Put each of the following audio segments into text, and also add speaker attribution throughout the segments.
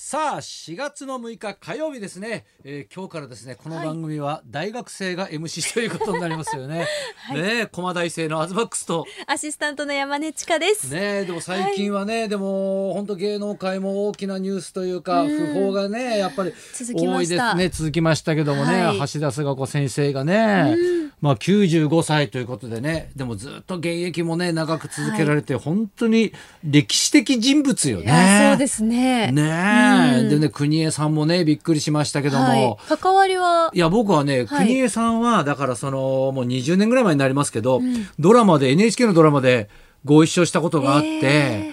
Speaker 1: さあ4月の6日火曜日ですね、えー、今日からですねこの
Speaker 2: はい
Speaker 1: 番組は大学生が MC ということになりますよ ね、
Speaker 2: はい
Speaker 1: ねえ駒大生のアズマックスと
Speaker 2: アシスタントの山根千佳です。
Speaker 1: ねえでも最近はね、でも本当芸能界も大きなニュースというか
Speaker 2: うん
Speaker 1: 訃報がねやっぱり
Speaker 2: 続き
Speaker 1: 多
Speaker 2: ま
Speaker 1: い
Speaker 2: し
Speaker 1: です
Speaker 2: た。
Speaker 1: ね続きましたけどもね、
Speaker 2: はい
Speaker 1: 橋田壽賀子先生がね、まあ、95歳ということでねでもずっと現役もね長く続けられて、本当に歴史的人物よ
Speaker 2: いや
Speaker 1: ね。
Speaker 2: そうですね。
Speaker 1: ねえ、
Speaker 2: うん
Speaker 1: でね国枝さんもねびっくりしましたけども、、
Speaker 2: はい、関わりはい
Speaker 1: や僕はね、
Speaker 2: はい
Speaker 1: 国枝さんはだからそのもう20年ぐらい前になりますけど、
Speaker 2: ん
Speaker 1: ドラマで NHK のドラマでご一緒したことがあって。
Speaker 2: え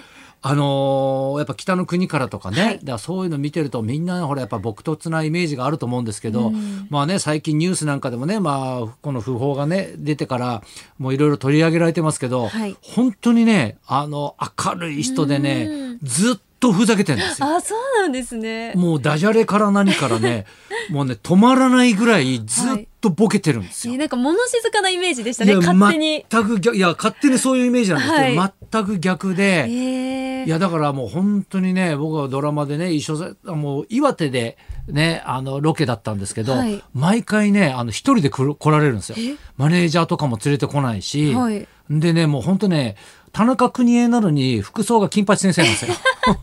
Speaker 2: え
Speaker 1: あのーやっぱ北の国からとかね、
Speaker 2: は
Speaker 1: だ
Speaker 2: い
Speaker 1: からそういうの見てるとみんなほらやっぱ朴突なイメージがあると思うんですけど、
Speaker 2: うん
Speaker 1: まあね最近ニュースなんかでもね、まあ、この訃報がね出てからもういろいろ取り上げられてますけど、
Speaker 2: はい
Speaker 1: 本当にねあの明るい人でね
Speaker 2: うん
Speaker 1: ずっとふざけてるんですよ。
Speaker 2: あ、そうなんですね。
Speaker 1: もうダジャレから何からね もうね止まらないぐらいずっとボケてるんですよ。
Speaker 2: えなんか物静かなイメージでしたね。勝手に。
Speaker 1: 全く逆いや勝手にそういうイメージなんですけど、
Speaker 2: は
Speaker 1: 全く逆で。
Speaker 2: え
Speaker 1: い
Speaker 2: え
Speaker 1: やだからもう本当にね僕はドラマでね一緒さもう岩手でねあのロケだったんですけど、
Speaker 2: はい
Speaker 1: 毎回ねあの一人で来る来られるんですよ
Speaker 2: え
Speaker 1: マネージャーとかも連れてこないし、
Speaker 2: はい
Speaker 1: でねもう本当ね田中邦衛なのに服装が金八先生なんです よ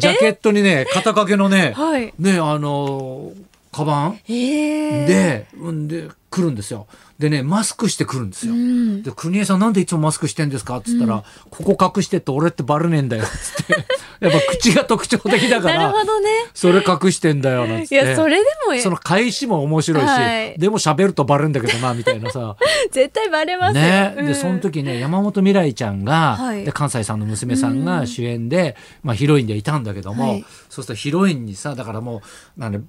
Speaker 1: ジャケットにね肩掛けのね
Speaker 2: はい。
Speaker 1: ねあのカバン
Speaker 2: ええ
Speaker 1: で,、うん、で来るんですよでねマスクして来るんですよ、
Speaker 2: うん。
Speaker 1: で国枝さんなんでいつもマスクしてんですか?」っつったら、ここ隠してって俺ってバレねえんだよ」っつってやっぱ口が特徴的だか
Speaker 2: なる
Speaker 1: ら
Speaker 2: ほどね。
Speaker 1: それ隠してんだよなんつっ
Speaker 2: い
Speaker 1: て
Speaker 2: や、それでもえ
Speaker 1: その返しも面白いし、
Speaker 2: はい
Speaker 1: でも喋るとバレるんだけどなみたいなさ
Speaker 2: 絶対バレますよ
Speaker 1: ね、
Speaker 2: う
Speaker 1: で
Speaker 2: ん
Speaker 1: その時ね山本未来ちゃんが、
Speaker 2: はい
Speaker 1: で関西さんの娘さんが主演で、まあ、ヒロインでいたんだけども、
Speaker 2: はい
Speaker 1: そうするとヒロインにさだからもうなんで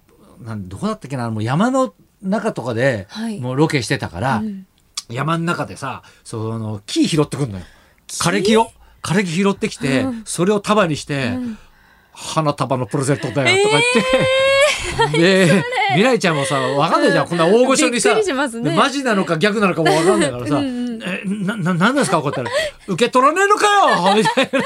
Speaker 1: なんどこだったっけなもう山の中とかで、
Speaker 2: はい
Speaker 1: もうロケしてたから。
Speaker 2: うん
Speaker 1: 山の中でさその木拾ってくんのよ枯れ木を枯れ木拾ってきて、
Speaker 2: うん
Speaker 1: それを束にして、
Speaker 2: ん
Speaker 1: 花束のプレゼントだよとか言って、で未来ちゃんもさわかんないじゃん、
Speaker 2: うん
Speaker 1: こんな大御所にさ
Speaker 2: びっくりしますね
Speaker 1: でマジなのか逆なのかもわかんないからさ「
Speaker 2: うんうん
Speaker 1: えなななんですか?」こうやったら「受け取らねえのかよ!」み たいな。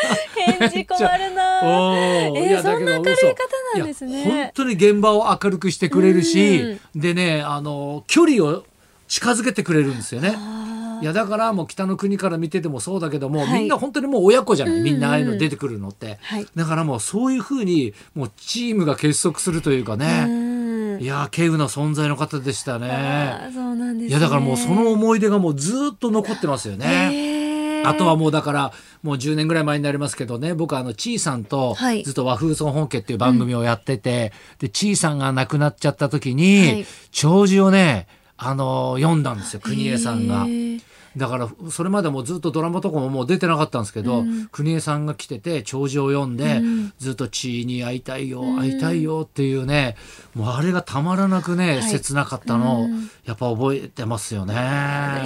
Speaker 2: 返事困るな。
Speaker 1: おー
Speaker 2: えー
Speaker 1: いやだけど
Speaker 2: そんな明るい
Speaker 1: 嘘
Speaker 2: 方なんですね
Speaker 1: いや本当に現場を明るくしてくれるし、でねあの距離を近づけてくれるんですよね。
Speaker 2: あ
Speaker 1: いやだからもう北の国から見ててもそうだけども、
Speaker 2: はい
Speaker 1: みんな本当にもう親子じゃない、
Speaker 2: うんうん
Speaker 1: みんなああいうの出てくるのって、
Speaker 2: はい
Speaker 1: だからもうそういうふうにもうチームが結束するというか
Speaker 2: ー
Speaker 1: ね、
Speaker 2: うん
Speaker 1: いやー稀有な存在の方でしたね
Speaker 2: あーそうなんですね。
Speaker 1: いやだからもうその思い出がもうずーっと残ってますよね。
Speaker 2: ええ
Speaker 1: あとはもうだからもう10年ぐらい前になりますけどね僕はあのちーさんと
Speaker 2: はい
Speaker 1: ずっと和風孫本家っていう番組をやってて、でちーさんが亡くなっちゃった時に、
Speaker 2: はい
Speaker 1: 弔辞をねあのー読んだんですよ国枝さんが。
Speaker 2: えー
Speaker 1: だからそれまでもずっとドラマとかももう出てなかったんですけど、
Speaker 2: うん
Speaker 1: 国枝さんが来てて弔辞を読んで、
Speaker 2: うん
Speaker 1: ずっと「地に会いたいよ、
Speaker 2: ん
Speaker 1: 会いたいよ」っていうねもうあれがたまらなくね、
Speaker 2: い
Speaker 1: 切なかったのを、
Speaker 2: うん
Speaker 1: やっぱ覚えてますよね。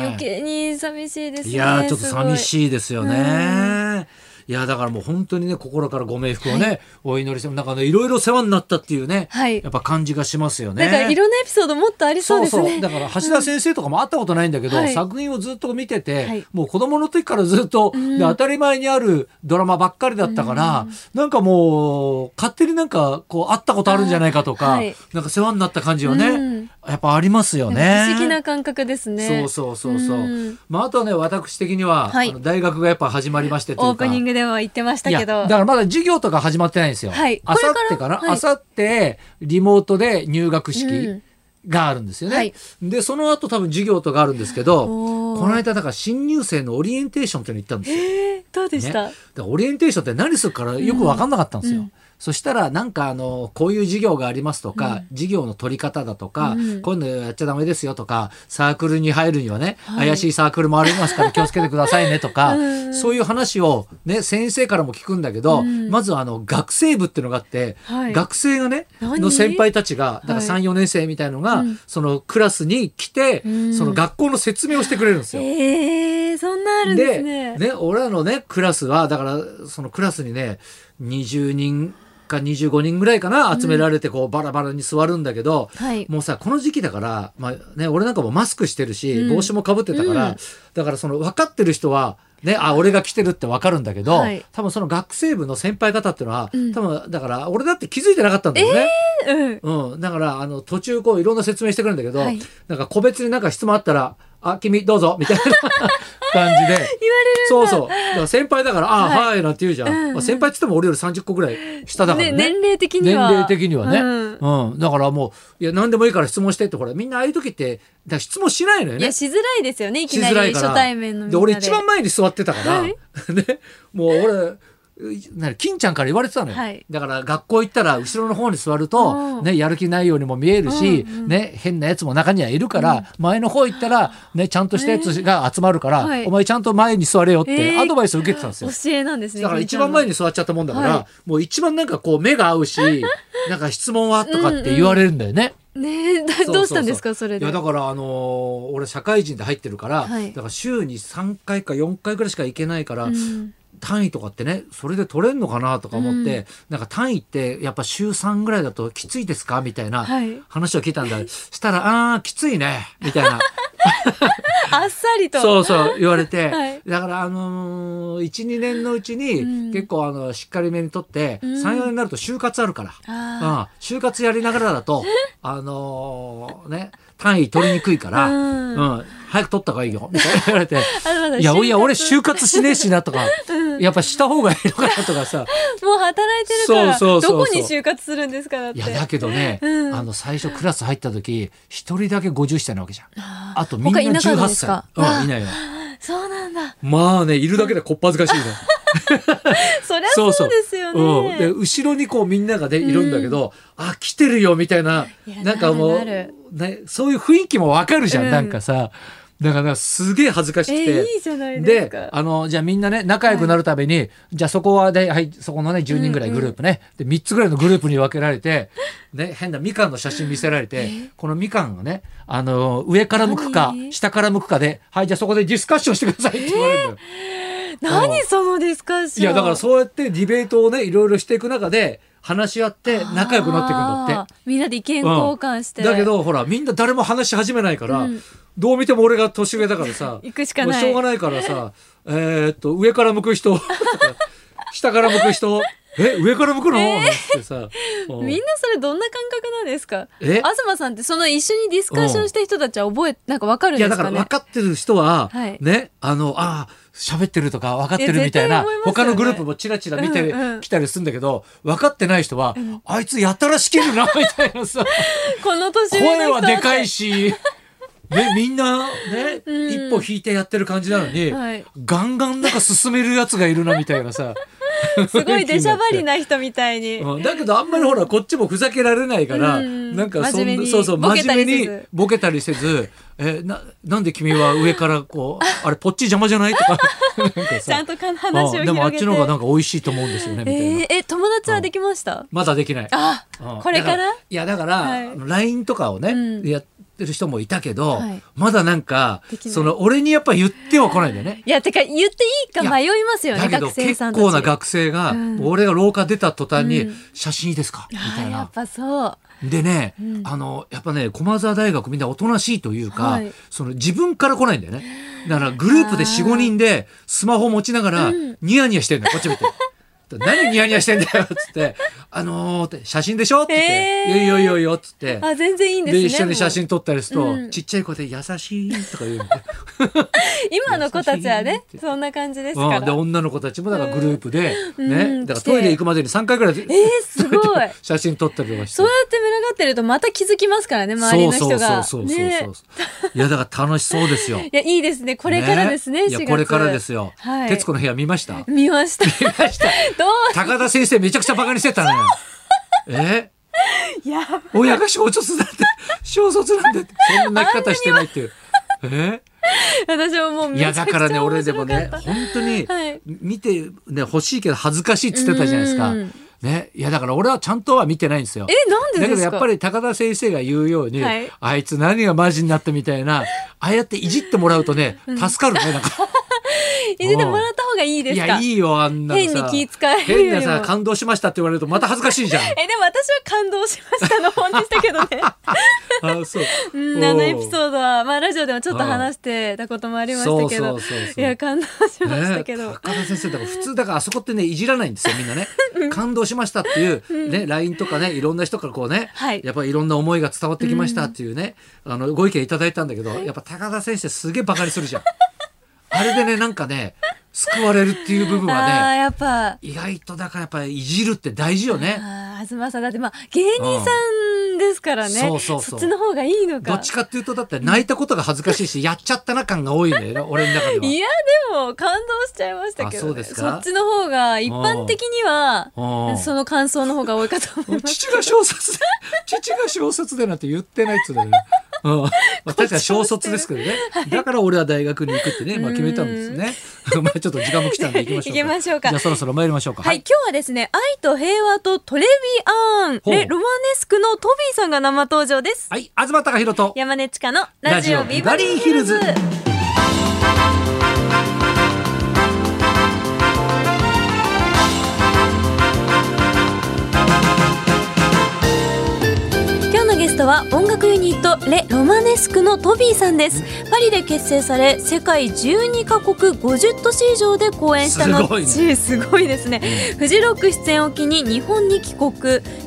Speaker 2: 余計に寂しいですね。
Speaker 1: いやーちょっと寂
Speaker 2: い。
Speaker 1: しいですよね。いやーだからもう本当にね心からご冥福をね、お祈りしてなんかねいろいろ世話になったっていうね、
Speaker 2: はい
Speaker 1: やっぱ感じがしますよね。
Speaker 2: なんかいろんなエピソードもっとありそうですね。
Speaker 1: だから橋田先生とかも会ったことないんだけど、
Speaker 2: うんはい
Speaker 1: 作品をずっと見てて、
Speaker 2: はい
Speaker 1: もう子供の時からずっと、
Speaker 2: ん
Speaker 1: で当たり前にあるドラマばっかりだったから、なんかもう勝手になんかこう会ったことあるんじゃないかとか、
Speaker 2: あーはい
Speaker 1: なんか世話になった感じはね、
Speaker 2: うん
Speaker 1: やっぱありますよね。
Speaker 2: 不思議な感覚ですね。
Speaker 1: そうそうそうそう。
Speaker 2: ん
Speaker 1: まああとはね私的には、
Speaker 2: はい
Speaker 1: あの大学がやっぱ始まりましてというか。
Speaker 2: オープニングでは言ってましたけ
Speaker 1: い
Speaker 2: ど
Speaker 1: やだ。からまだ授業とか始まってないんですよ。
Speaker 2: はい
Speaker 1: あ
Speaker 2: これ
Speaker 1: さ
Speaker 2: か
Speaker 1: っ
Speaker 2: ら
Speaker 1: てかな、
Speaker 2: はい
Speaker 1: あさってリモートで入学
Speaker 2: う
Speaker 1: 式
Speaker 2: ん
Speaker 1: があるんですよね。
Speaker 2: はい
Speaker 1: でその後多分授業とかあるんですけど
Speaker 2: おー
Speaker 1: この間だから新入生のオリエンテーションっていうのに行ったんですよ。
Speaker 2: えーどうでした、
Speaker 1: ね、だからオリエンテーションって何するからよく分かんなかったんですよ。
Speaker 2: うんうん
Speaker 1: そしたらなんかあのこういう授業がありますとか、授業の取り方だとか、
Speaker 2: うん
Speaker 1: こういうのやっちゃダメですよとかサークルに入るにはね、
Speaker 2: はい
Speaker 1: 怪しいサークルもありますから気を つけてくださいねとか、
Speaker 2: うん
Speaker 1: そういう話を、ね、先生からも聞くんだけど、
Speaker 2: うん
Speaker 1: まずはあの学生部っていうのがあって、
Speaker 2: はい
Speaker 1: 学生がね
Speaker 2: 何
Speaker 1: の先輩たちがだから
Speaker 2: は
Speaker 1: 34年生みたいのが、
Speaker 2: うん
Speaker 1: そのクラスに来て、
Speaker 2: うん
Speaker 1: その学校の説明をしてくれるんですよ。
Speaker 2: えー、そんなあるんですね。
Speaker 1: 俺らのねクラスはだからそのクラスにね20人か25人ぐらいかな集められてこう、バラバラに座るんだけど、
Speaker 2: はい。
Speaker 1: もうさこの時期だから、まあね、俺なんかもマスクしてるし、
Speaker 2: うん
Speaker 1: 帽子もかぶってたから、
Speaker 2: うん
Speaker 1: だからその分かってる人はね、あ俺が来てるって分かるんだけど、
Speaker 2: はい
Speaker 1: 多分その学生部の先輩方っていうのは、
Speaker 2: うん
Speaker 1: 多分だから俺だって気づいてなかったんだよね、
Speaker 2: うん。
Speaker 1: うん、だからあの途中こういろんな説明してくるんだけど、
Speaker 2: はい
Speaker 1: なんか個別になんか質問あったら「あ君どうぞ」み たいな感じで
Speaker 2: 言われる。
Speaker 1: そうそうだから先輩だから「あ
Speaker 2: はい
Speaker 1: はい」なんて言うじゃん、
Speaker 2: うんうん
Speaker 1: まあ先輩っつっても俺より30個ぐらい下だからね
Speaker 2: ね年齢的に
Speaker 1: 年
Speaker 2: は。
Speaker 1: 齢的にはね、
Speaker 2: うん
Speaker 1: うんだからもういや何でもいいから質問してってほらみんなああいう時ってだから質問しないのよ
Speaker 2: い
Speaker 1: ね
Speaker 2: や、しづらいですよね、いき
Speaker 1: し
Speaker 2: な
Speaker 1: づらい
Speaker 2: り
Speaker 1: から
Speaker 2: 初対面のみんなで。
Speaker 1: で俺一番前に座ってたから、
Speaker 2: はい
Speaker 1: ねもう俺な金ちゃんから言われてたのよ、
Speaker 2: はい
Speaker 1: だから学校行ったら後ろの方に座ると、
Speaker 2: うん
Speaker 1: ね、やる気ないようにも見えるし、
Speaker 2: うんうん
Speaker 1: ね、変なやつも中にはいるから、前の方行ったら、ね、ちゃんとしたやつが集まるから、
Speaker 2: はい
Speaker 1: お前ちゃんと前に座れよっ
Speaker 2: え
Speaker 1: て
Speaker 2: ー
Speaker 1: アドバイスを受けてたんですよ。
Speaker 2: 教えなんですね。
Speaker 1: だから一番前
Speaker 2: に。
Speaker 1: に座っちゃったもんだから、
Speaker 2: は
Speaker 1: もう一番なんかこう目が合 うしなんか質問はとかって言われるんだよね。
Speaker 2: ねえ、だ
Speaker 1: そうそうそう
Speaker 2: どうしたんですか、それ
Speaker 1: い
Speaker 2: で。
Speaker 1: やだからあのー俺社会人で入ってるから、
Speaker 2: はい
Speaker 1: だから週に3回か4回ぐらいしか行けないから、
Speaker 2: うん
Speaker 1: 単位とかってねそれで取れんのかなとか思って、なんか単位ってやっぱ週3ぐらいだときついですかみたいな
Speaker 2: はい
Speaker 1: 話を聞いたんだ、したら「あーきついね」みた いな
Speaker 2: あっさりと。
Speaker 1: そうそう言われて、
Speaker 2: はい
Speaker 1: だからあの12年のうち
Speaker 2: うん
Speaker 1: に結構あのしっかりめに取って、
Speaker 2: う
Speaker 1: 34
Speaker 2: ん
Speaker 1: 年になると就活あるから。
Speaker 2: あ
Speaker 1: うん、就活やりながらだ と、あのーね、単位取りにくいから、
Speaker 2: うん
Speaker 1: うん早く取った方がいいよ、みたいな言われ て、
Speaker 2: あ。あの
Speaker 1: いや、いや、俺
Speaker 2: 就
Speaker 1: 就活しねえしな とか、やっぱした方がいいのかなとかさ、
Speaker 2: 活もう働いてるから、
Speaker 1: そうそうそうそう
Speaker 2: どこに就活するんですかだって。
Speaker 1: いや、だけどね、
Speaker 2: うん
Speaker 1: あの、最初クラス入った時、一人だけ50歳なわけじゃん。
Speaker 2: あ
Speaker 1: あとみんな
Speaker 2: 他いなかった
Speaker 1: 18
Speaker 2: です
Speaker 1: 歳。
Speaker 2: か
Speaker 1: うん、いないよ。
Speaker 2: ーそうなんだ。
Speaker 1: まあね、いるだけでこっぱずかしいね。
Speaker 2: そりゃそうですよ
Speaker 1: うん、で
Speaker 2: ね。
Speaker 1: 後ろにこうみんながねいるんだけど、あ来てるよみたいない
Speaker 2: や
Speaker 1: なんかも
Speaker 2: な
Speaker 1: う、
Speaker 2: るなる
Speaker 1: ね、そういう雰囲気もわかるじゃん、
Speaker 2: うん
Speaker 1: なんかさだからすげえ恥ずかしく
Speaker 2: え
Speaker 1: て。
Speaker 2: ー、いいじゃないですか。
Speaker 1: あのじゃあみんなね仲良くなるために、じゃあそこはね、はい、そこのね10人ぐらいグループね、で3つぐらいのグループに分けられて、ね、変なみかんの写真見せられてこのみかんがねあの上から向くか
Speaker 2: 何
Speaker 1: 下から向くかではいじゃあそこでディスカッションしてくださいって言われるのよ。
Speaker 2: 何そのディスカッション。
Speaker 1: いやだからそうやってディベートをねいろいろしていく中で話し合って仲良くなっていくんだ
Speaker 2: あ
Speaker 1: っ
Speaker 2: ー。みんなで意見交換して。
Speaker 1: て。だけどほらみんな誰も話し始めないから、
Speaker 2: うん
Speaker 1: どう見ても俺が年上だからさ
Speaker 2: 行くしかない
Speaker 1: もうしょうがないからさえーっと上から向く人下から向く人 え上から向くの、なんつってさうん
Speaker 2: みんなそれどんな感覚なんですか
Speaker 1: え
Speaker 2: 東さんってその一緒にディスカッションした人たちは覚え、なんかわかるん
Speaker 1: い
Speaker 2: で
Speaker 1: や
Speaker 2: す
Speaker 1: だか
Speaker 2: からね
Speaker 1: 分かってる人は、
Speaker 2: はい
Speaker 1: ねあのあー喋ってるとか分かってるみたい
Speaker 2: い
Speaker 1: な
Speaker 2: や絶対思いますよね
Speaker 1: 他のグループもチラチラ見て
Speaker 2: うんうん
Speaker 1: きたりするんだけど、分かってない人は、あいつやたらしきるなみたいな さ
Speaker 2: この年上の人
Speaker 1: 声はでかい
Speaker 2: し。
Speaker 1: し、ね、みんなね、
Speaker 2: うん
Speaker 1: 一歩引いてやってる感じなのに、
Speaker 2: はい
Speaker 1: ガンガンなんか進めるやつがいるなみたいなさ
Speaker 2: すごい出しゃばりな人みたいに。
Speaker 1: うんだけどあんまりほらこっちもふざけられないから、
Speaker 2: うん
Speaker 1: なんかそん
Speaker 2: 真面
Speaker 1: な
Speaker 2: 目に
Speaker 1: そうそう
Speaker 2: ボケ
Speaker 1: 真
Speaker 2: た
Speaker 1: 面
Speaker 2: り
Speaker 1: 目
Speaker 2: せず
Speaker 1: にボケたりせず「えななんで君は上からこ うあれポッチ邪魔じゃない?」とかなんか
Speaker 2: ちゃ
Speaker 1: さ
Speaker 2: んとか話を広げ
Speaker 1: うん
Speaker 2: て。
Speaker 1: でもあっちの方がなんか美味しいと思うんですよねみたいな、
Speaker 2: えーえ、友達はできました
Speaker 1: まだできない。
Speaker 2: あ
Speaker 1: うん、
Speaker 2: これ
Speaker 1: だ
Speaker 2: から
Speaker 1: いやだから、
Speaker 2: はい
Speaker 1: あの LINE とかをね、
Speaker 2: うん
Speaker 1: やってる人もいたけど、
Speaker 2: はい
Speaker 1: まだなんか
Speaker 2: できない
Speaker 1: その俺にやっぱ言っては来ないんだよね。
Speaker 2: いや、てか言っていいか迷いますよね、
Speaker 1: だけど
Speaker 2: 学生
Speaker 1: 結
Speaker 2: さんたち。
Speaker 1: 構な学生が、
Speaker 2: うん
Speaker 1: 俺が廊下出た途端に、
Speaker 2: うん
Speaker 1: 写真いいですかみ
Speaker 2: あ
Speaker 1: た
Speaker 2: ー
Speaker 1: い
Speaker 2: や
Speaker 1: な
Speaker 2: っ。ぱそう。
Speaker 1: でね、
Speaker 2: うん
Speaker 1: あのやっぱね駒澤大学みんなおとなしいというか、
Speaker 2: はい
Speaker 1: その自分から来ないんだよねだからグループで45人でスマホ持ちながら
Speaker 2: うん
Speaker 1: ニヤニヤしてんだよこっち見て。 何ニヤニヤしてんだよっつって「あのー」って「写真でしょ?」って言って「
Speaker 2: えー
Speaker 1: いやいやいやいや」っつって
Speaker 2: あ、全然いいんですね。
Speaker 1: 一緒に写真撮ったりすると、
Speaker 2: うん
Speaker 1: ちっちゃい子で「優しい」とか言うみた いな
Speaker 2: 今の子たちは
Speaker 1: 優
Speaker 2: ね
Speaker 1: しいって
Speaker 2: そんな感じですか
Speaker 1: う
Speaker 2: ら、
Speaker 1: ん、で女の子たちもだからグループで、
Speaker 2: うんう
Speaker 1: ね
Speaker 2: ん
Speaker 1: だからトイレ行くまでに3回ぐらい
Speaker 2: えー、すごい
Speaker 1: 写真撮ったりとかして
Speaker 2: そうやって群がってるとまた気づきますからね周りの人が
Speaker 1: そうそうそうそう
Speaker 2: ね
Speaker 1: そうそういやだから楽しそうですよ
Speaker 2: いやいいですねこれからですね
Speaker 1: いや
Speaker 2: 4月
Speaker 1: これからですよ、
Speaker 2: はい
Speaker 1: 徹子の部屋見ました
Speaker 2: 見ました
Speaker 1: 見 ました
Speaker 2: どう
Speaker 1: 高田先生めちゃくちゃバカにしてたのよえ
Speaker 2: やば
Speaker 1: 親が小卒だって 小卒なんだってそんな泣き方してないっていうえ
Speaker 2: 私はもうめ
Speaker 1: い
Speaker 2: ちゃ
Speaker 1: や
Speaker 2: くちゃ
Speaker 1: だからね俺
Speaker 2: 面
Speaker 1: で
Speaker 2: 白か
Speaker 1: も
Speaker 2: った
Speaker 1: ね本当に
Speaker 2: はい
Speaker 1: 見て、ね、欲しいけど恥ずかしいって言ってたじゃないですか
Speaker 2: うんうんうん。
Speaker 1: ね、いやだから俺はちゃんとは見てないんですよ。
Speaker 2: えなんでですか
Speaker 1: だけどやっぱり高田先生が言うように、
Speaker 2: はい
Speaker 1: あいつ何がマジになったみたいなああやっていじってもらうとね助かるねなんか。
Speaker 2: 入れてもらった方ががいいで
Speaker 1: い
Speaker 2: す
Speaker 1: や
Speaker 2: か
Speaker 1: いいよあんなの
Speaker 2: 変に
Speaker 1: さ
Speaker 2: 気遣える
Speaker 1: 変
Speaker 2: よ
Speaker 1: な
Speaker 2: りも
Speaker 1: さ感動しましたって言われるとまた恥ずかしいじゃん
Speaker 2: えでも私は感動しましたの本でし たけどね
Speaker 1: あそう
Speaker 2: うんあのエピ
Speaker 1: ー
Speaker 2: ソードはまあラジオでもちょっと話してたこともありましたけど
Speaker 1: そうそうそうそう
Speaker 2: いや感動しましたけど、
Speaker 1: ね、高田先生だから普通だからあそこってねいじらないんですよみんなね感動しましたっていう、ね LINE とかねいろんな人からこうね、
Speaker 2: はい
Speaker 1: やっぱりいろんな思いが伝わってきましたっていうね、あのご意見いただいたんだけどやっぱ高田先生すげえバカにするじゃんあれでねなんかね救われるっていう部分
Speaker 2: ああ
Speaker 1: は
Speaker 2: ー
Speaker 1: ね
Speaker 2: やっぱ
Speaker 1: 意外とだからやっぱりいじるって大事よね
Speaker 2: ああ東さんだってまあ芸人さんですからね、
Speaker 1: うんそうそうそう
Speaker 2: っちの方がいいのか
Speaker 1: どっちかっていうとだって泣いたことが恥ずかしいしやっちゃったな感が多いんだ よね俺の中で
Speaker 2: い
Speaker 1: は。
Speaker 2: やでも感動しちゃいましたけど、ね、
Speaker 1: あそうですか
Speaker 2: っちの方が一般的には
Speaker 1: うん
Speaker 2: その感想の方が多いかと 思います
Speaker 1: 父が小説で父が小説でなんて言ってないっつうのよね。うん、まあ確かに小卒ですけどね、だから俺は大学に行くってね、まあ、決めたんですねまあちょっと時間も来たんで行きましょうか
Speaker 2: 行きましょうか
Speaker 1: じゃあそろそろ参りましょうか
Speaker 2: はい、今日はですね、愛と平和とトレビアーン、
Speaker 1: ほう
Speaker 2: レロマネスクのトビーさんが生登場です。
Speaker 1: はい、はい、東貴博と
Speaker 2: 山根千佳のラジオビバリーヒルズ。今日のゲストは音楽ユニットレ・ロマネスクのトビーさんですパリで結成され世界12カ国50都市以上で公演したの
Speaker 1: すごいね
Speaker 2: ちすごいですねフジロック出演を機に日本に帰国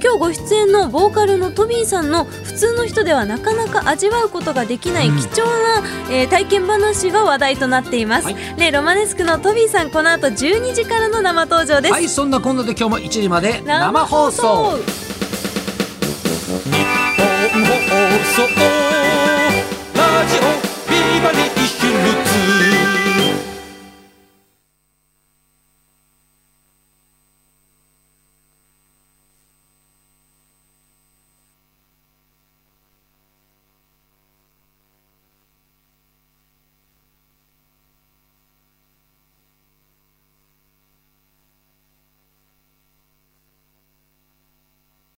Speaker 2: 今日ご出演のボーカルのトビーさんの普通の人ではなかなか味わうことができない
Speaker 1: うん
Speaker 2: 貴重な、えー体験話が話題となっています、
Speaker 1: はい
Speaker 2: レ・ロマネスクのトビーさんこの後12時からの生登場です、
Speaker 1: はいそんなこんなで今日も1時まで生放送
Speaker 2: 生放送
Speaker 1: 日本放送